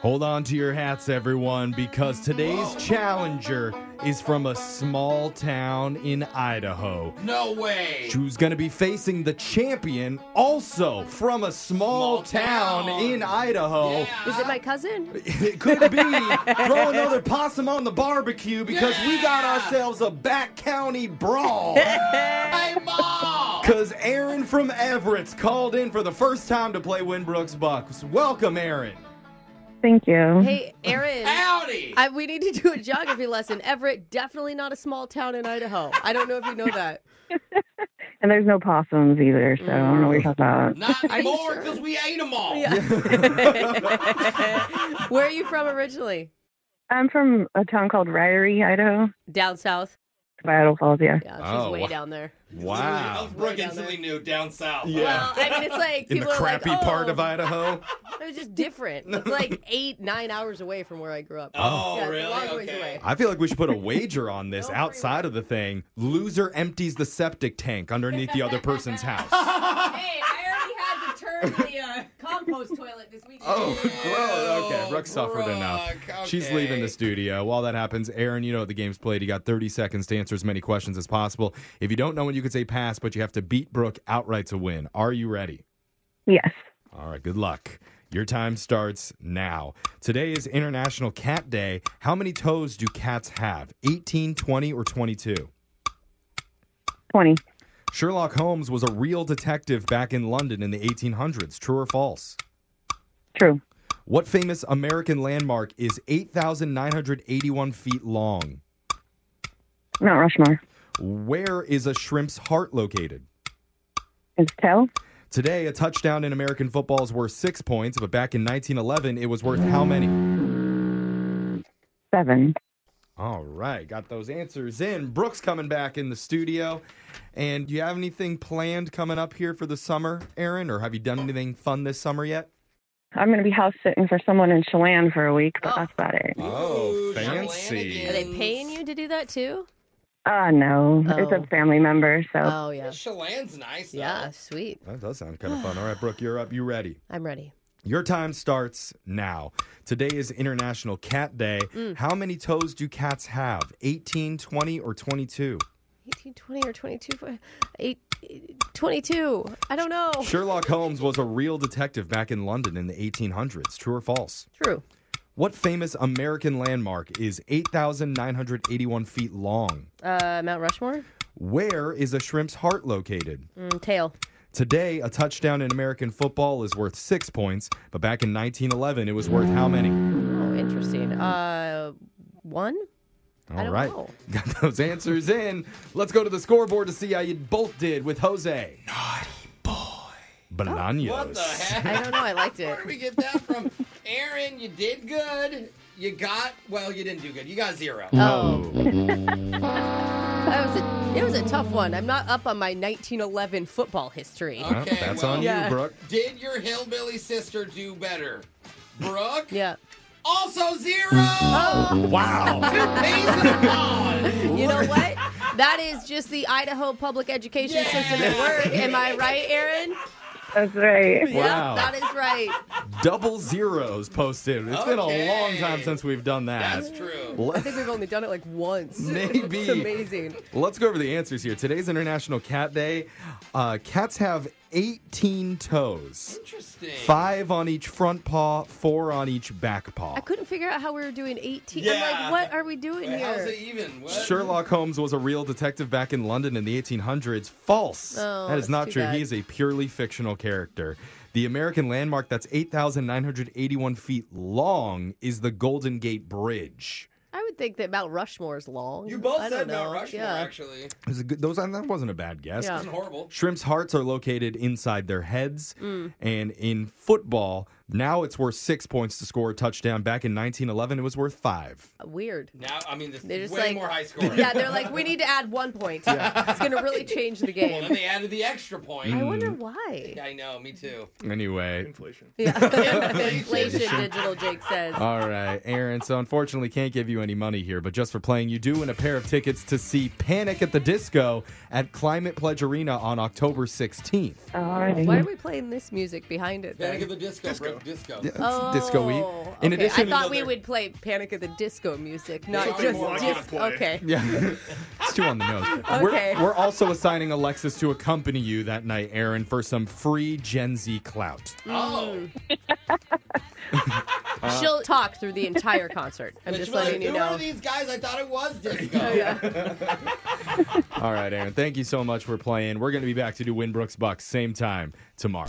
Hold on to your hats, everyone, because today's challenger is from a small town in Idaho. No way. Who's going to be facing the champion, also from a small, Small town, town. in Idaho? Yeah. Is it my cousin? It could be throw another possum on the barbecue because we got Yeah. ourselves a back county brawl. Hey, Mom. Because Aaron from Everett's called in for the first time to play Winbrook's Bucks. Welcome, Aaron. Thank you. Hey, Aaron. Howdy. I, we need to do a geography lesson. Everett, definitely not a small town in Idaho. I don't know if you know that. And there's no possums either, so I don't know what you're talking Mm. about. Not you anymore sure? because we ate them all. Yeah. Where are you from originally? I'm from a town called Ryrie, Idaho. Down south. Battle Falls, yeah. Yeah, she's Oh, way wow. down there. Wow. Brooke instantly knew down south. Yeah. Well, I mean, it's like In the people are crappy like, oh, part of Idaho. It was just different. It's like eight, nine hours away from where I grew up. Oh, yeah, it's really? A long ways Okay. away. I feel like we should put a wager on this outside of the thing. Loser empties the septic tank underneath the other person's house. Hey, I already had to turn the uh, compost toilet this weekend. Oh, gross. Okay, Brooke suffered enough. Brooke, okay. She's leaving the studio. While that happens, Aaron, you know the game's played. You got 30 seconds to answer as many questions as possible. If you don't know it, you can say pass, but you have to beat Brooke outright to win. Are you ready? Yes. All right, good luck. Your time starts now. Today is International Cat Day. How many toes do cats have? 18, 20, or 22? 20. Sherlock Holmes was a real detective back in London in the 1800s. True or false? True. What famous American landmark is 8,981 feet long? Mount Rushmore. Where is a shrimp's heart located? It's Tell. Today, a touchdown in American football is worth six points, but back in 1911, it was worth how many? Seven. All right, got those answers in. Brooks coming back in the studio. And do you have anything planned coming up here for the summer, Aaron? Or have you done anything fun this summer yet? I'm going to be house sitting for someone in Chelan for a week, but that's about it. Oh, fancy. Are they paying you to do that too? Uh, no. Oh. It's a family member, so Oh, yeah. Chelan's nice. Though. Yeah, sweet. That does sound kind of fun. All right, Brooke, you're up. You ready? I'm ready. Your time starts now. Today is International Cat Day. How many toes do cats have? 18, 20, or 22? 18, 20, or 22? for- Eight, 22. I don't know. Sherlock Holmes was a real detective back in London in the 1800s. True or false? True. What famous American landmark is 8,981 feet long? Uh, Mount Rushmore? Where is a shrimp's heart located? Mm, tail. Today, a touchdown in American football is worth six points, but back in 1911, it was worth how many? Oh, interesting. Uh, one? I All don't right. know. Got those answers in. Let's go to the scoreboard to see how you both did with Jose. Naughty boy. Bolaños. What the heck? I don't know. I liked it. Where did we get that from? Aaron, you did good. You got, well, you didn't do good. You got zero. Mm. Oh. that was a, it was a tough one. I'm not up on my 1911 football history. Well, Okay, that's well- on Yeah. you, Brooke. Did your hillbilly sister do better? Brooke? Yeah. Oh. Also zero! Wow. Two peas in a pod! You know what? That is just the Idaho public education Yeah. system at work. Am I right, Aaron? that's right. Wow. Yep, that is right. Double zeros posted. It's been a Okay. long time since we've done that. That's true. I Let- think we've only done it like once. Maybe. It's amazing. Let's go over the answers here. Today's International Cat Day. Uh, cats have 18 toes, Interesting. five on each front paw, four on each back paw. I couldn't figure out how we were doing 18. Yeah. I'm like, what are we doing Wait, How's it here? even? What? Sherlock Holmes was a real detective back in London in the 1800s. False. Oh, that is that's not too true. bad. He is a purely fictional character. The American landmark that's 8,981 feet long is the Golden Gate Bridge. I would think that Mount Rushmore is long. You both I don't said know. Mount Rushmore, Yeah. actually. It was a good, those, that wasn't a bad guess. Yeah. Wasn't horrible. Shrimps' hearts are located inside their heads. Mm. And in football, now it's worth six points to score a touchdown. Back in 1911, it was worth five. Weird. Now, I mean, this They're is just way like- more high scoring. Yeah, they're like, we need to add one point. It's going to really change the Well, game. then they added the extra point. I wonder why. I know, me too. Anyway. Yeah. Inflation, digital Jake says. All right, Aaron. So unfortunately, can't give you any money here, but just for playing, you do win a pair of tickets to see Panic at the Disco at Climate Pledge Arena on October 16th. All right. Oh, Why are we playing this music behind it? Gotta then? give the disco. Disco. disco. Oh, disco-y. In okay. addition, I thought we another- would play Panic at the Disco music, not Something just more I gotta dis- play. Okay. Yeah, it's too on the nose. Okay. We're, we're also assigning Alexis to accompany you that night, Aaron, for some free Gen Z clout. Oh, Mm. She'll talk through the entire concert. I'm But just you're like, letting you "Who are know. these guys? I thought it was disco. All right, Aaron, thank you so much for playing. We're going to be back to do Winbrook's Bucks same time tomorrow.